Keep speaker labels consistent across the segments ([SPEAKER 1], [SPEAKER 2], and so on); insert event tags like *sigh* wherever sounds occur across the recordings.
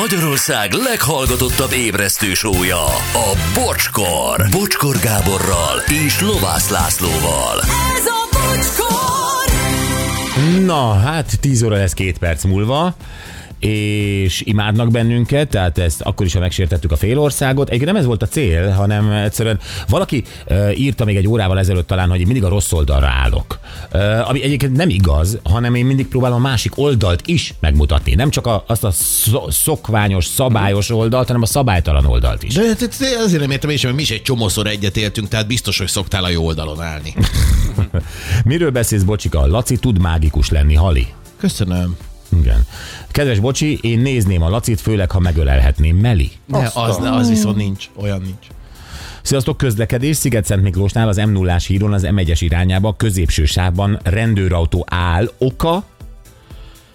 [SPEAKER 1] Magyarország leghallgatottabb ébresztő sója, a Bocskor. Bocskor Gáborral és Lovász Lászlóval.
[SPEAKER 2] Ez a bocskor!
[SPEAKER 3] Na, hát 10 óra lesz két perc múlva és imádnak bennünket, tehát ezt akkor is, ha megsértettük a félországot. Egyébként nem ez volt a cél, hanem egyszerűen valaki ö, írta még egy órával ezelőtt talán, hogy én mindig a rossz oldalra állok. Ö, ami egyébként nem igaz, hanem én mindig próbálom a másik oldalt is megmutatni. Nem csak a, azt a szo- szokványos, szabályos oldalt, hanem a szabálytalan oldalt is.
[SPEAKER 4] De te- te- azért nem értem én sem, hogy mi is egy csomószor egyetéltünk, tehát biztos, hogy szoktál a jó oldalon állni.
[SPEAKER 3] Miről beszélsz, Bocsika? Laci tud mágikus lenni, Hali.
[SPEAKER 4] Köszönöm.
[SPEAKER 3] Igen. Kedves Bocsi, én nézném a Lacit, főleg ha megölelhetném Meli.
[SPEAKER 4] Ne, az, ne, az viszont nincs, olyan nincs.
[SPEAKER 3] Sziasztok, közlekedés Sziget-Szent Miklósnál az M0-ás híron az M1-es irányába a középső sávban rendőrautó áll, oka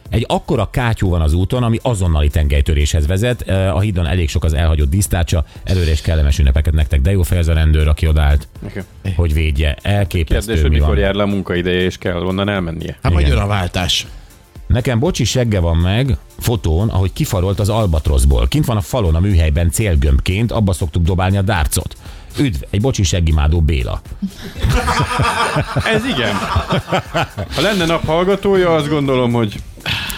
[SPEAKER 3] egy akkora kátyú van az úton, ami azonnali tengelytöréshez vezet. A hídon elég sok az elhagyott disztárcsa. Előre és kellemes ünnepeket nektek, de jó fej az a rendőr, aki odállt,
[SPEAKER 5] Oké.
[SPEAKER 3] hogy védje. Elképesztő,
[SPEAKER 5] Kérdés, hogy
[SPEAKER 3] mi
[SPEAKER 5] mikor
[SPEAKER 3] van.
[SPEAKER 5] jár le a munkaideje, és kell onnan elmennie.
[SPEAKER 4] Hát majd
[SPEAKER 3] Igen.
[SPEAKER 4] jön a váltás.
[SPEAKER 3] Nekem bocsi segge van meg fotón, ahogy kifarolt az albatroszból. Kint van a falon a műhelyben célgömbként, abba szoktuk dobálni a dárcot. Üdv, egy bocsi seggimádó Béla.
[SPEAKER 5] *laughs* Ez igen. Ha lenne nap hallgatója, azt gondolom, hogy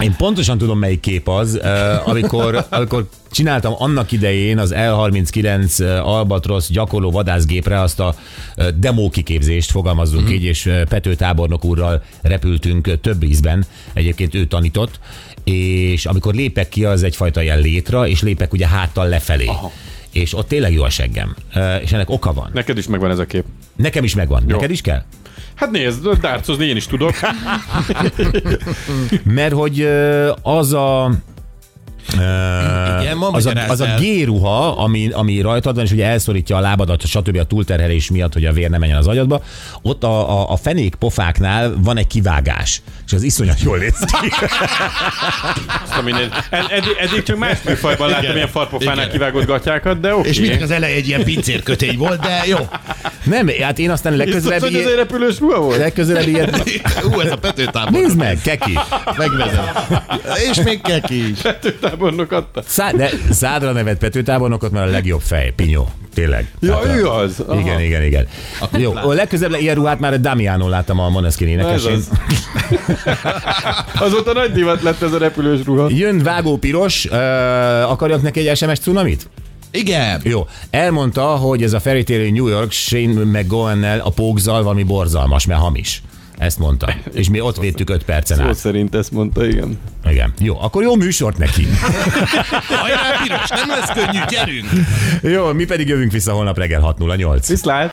[SPEAKER 3] Én pontosan tudom, melyik kép az, eh, amikor, amikor csináltam annak idején az L39 eh, Albatrosz gyakorló vadászgépre azt a eh, demo kiképzést, fogalmazzunk így, és eh, Pető tábornok úrral repültünk eh, több ízben, egyébként ő tanított, és amikor lépek ki, az egyfajta ilyen létra, és lépek ugye háttal lefelé. Aha. És ott tényleg jó a seggem. Eh, És ennek oka van.
[SPEAKER 5] neked is megvan ez a kép.
[SPEAKER 3] Nekem is megvan. Neked is kell?
[SPEAKER 5] Hát nézd, dárcozni én is tudok.
[SPEAKER 3] Mert hogy ö, az a ö,
[SPEAKER 4] Igen, ma
[SPEAKER 3] az, a,
[SPEAKER 4] magyarázz
[SPEAKER 3] az a
[SPEAKER 4] el.
[SPEAKER 3] géruha, ami, ami rajtad van, és ugye elszorítja a lábadat, stb. a túlterhelés miatt, hogy a vér ne menjen az agyadba, ott a, a, a fenék pofáknál van egy kivágás, és az iszonyat jól néz ki.
[SPEAKER 5] Azt, amin én, ed, edd, eddig csak más műfajban láttam
[SPEAKER 4] Igen.
[SPEAKER 5] ilyen farpofánál
[SPEAKER 4] Igen.
[SPEAKER 5] kivágott gatyákat, de oké.
[SPEAKER 4] És mindig az eleje egy ilyen pincérkötény volt, de
[SPEAKER 3] *laughs*
[SPEAKER 4] jó.
[SPEAKER 3] Nem, hát én aztán
[SPEAKER 5] Biztos,
[SPEAKER 3] legközelebb,
[SPEAKER 5] hogy ez
[SPEAKER 3] ilyen,
[SPEAKER 5] egy repülős ruha volt?
[SPEAKER 3] legközelebb ilyet...
[SPEAKER 4] Ú, ez a petőtábor.
[SPEAKER 3] Nézd meg, keki!
[SPEAKER 4] Megvezet. És még keki is.
[SPEAKER 5] Tábornok adta.
[SPEAKER 3] Szá- de szádra nevet Pető tábornokot, mert a legjobb fej, Pinyó. Tényleg. Hát
[SPEAKER 5] Ja,
[SPEAKER 3] a-
[SPEAKER 5] ő az. Aha.
[SPEAKER 3] Igen, igen, igen. Jó, a legközelebb ilyen ruhát már a Damiano láttam a Moneskini
[SPEAKER 5] Ez
[SPEAKER 3] énekesén. *laughs*
[SPEAKER 5] az. Azóta nagy divat lett ez a repülős ruha.
[SPEAKER 3] Jön Vágó Piros, ö, akarjak neki egy SMS cunamit?
[SPEAKER 4] Igen.
[SPEAKER 3] Jó. Elmondta, hogy ez a Fairy Tale in New York Shane McGowan-nel a pókzal valami borzalmas, mert hamis. Ezt mondta. És mi ott védtük 5 percen
[SPEAKER 5] Szó
[SPEAKER 3] át.
[SPEAKER 5] szerint ezt mondta, igen.
[SPEAKER 3] Igen. Jó, akkor jó műsort neki.
[SPEAKER 4] Hajrá, piros, nem lesz könnyű, gyerünk.
[SPEAKER 3] Jó, mi pedig jövünk vissza holnap reggel 6.08.
[SPEAKER 5] Viszlát!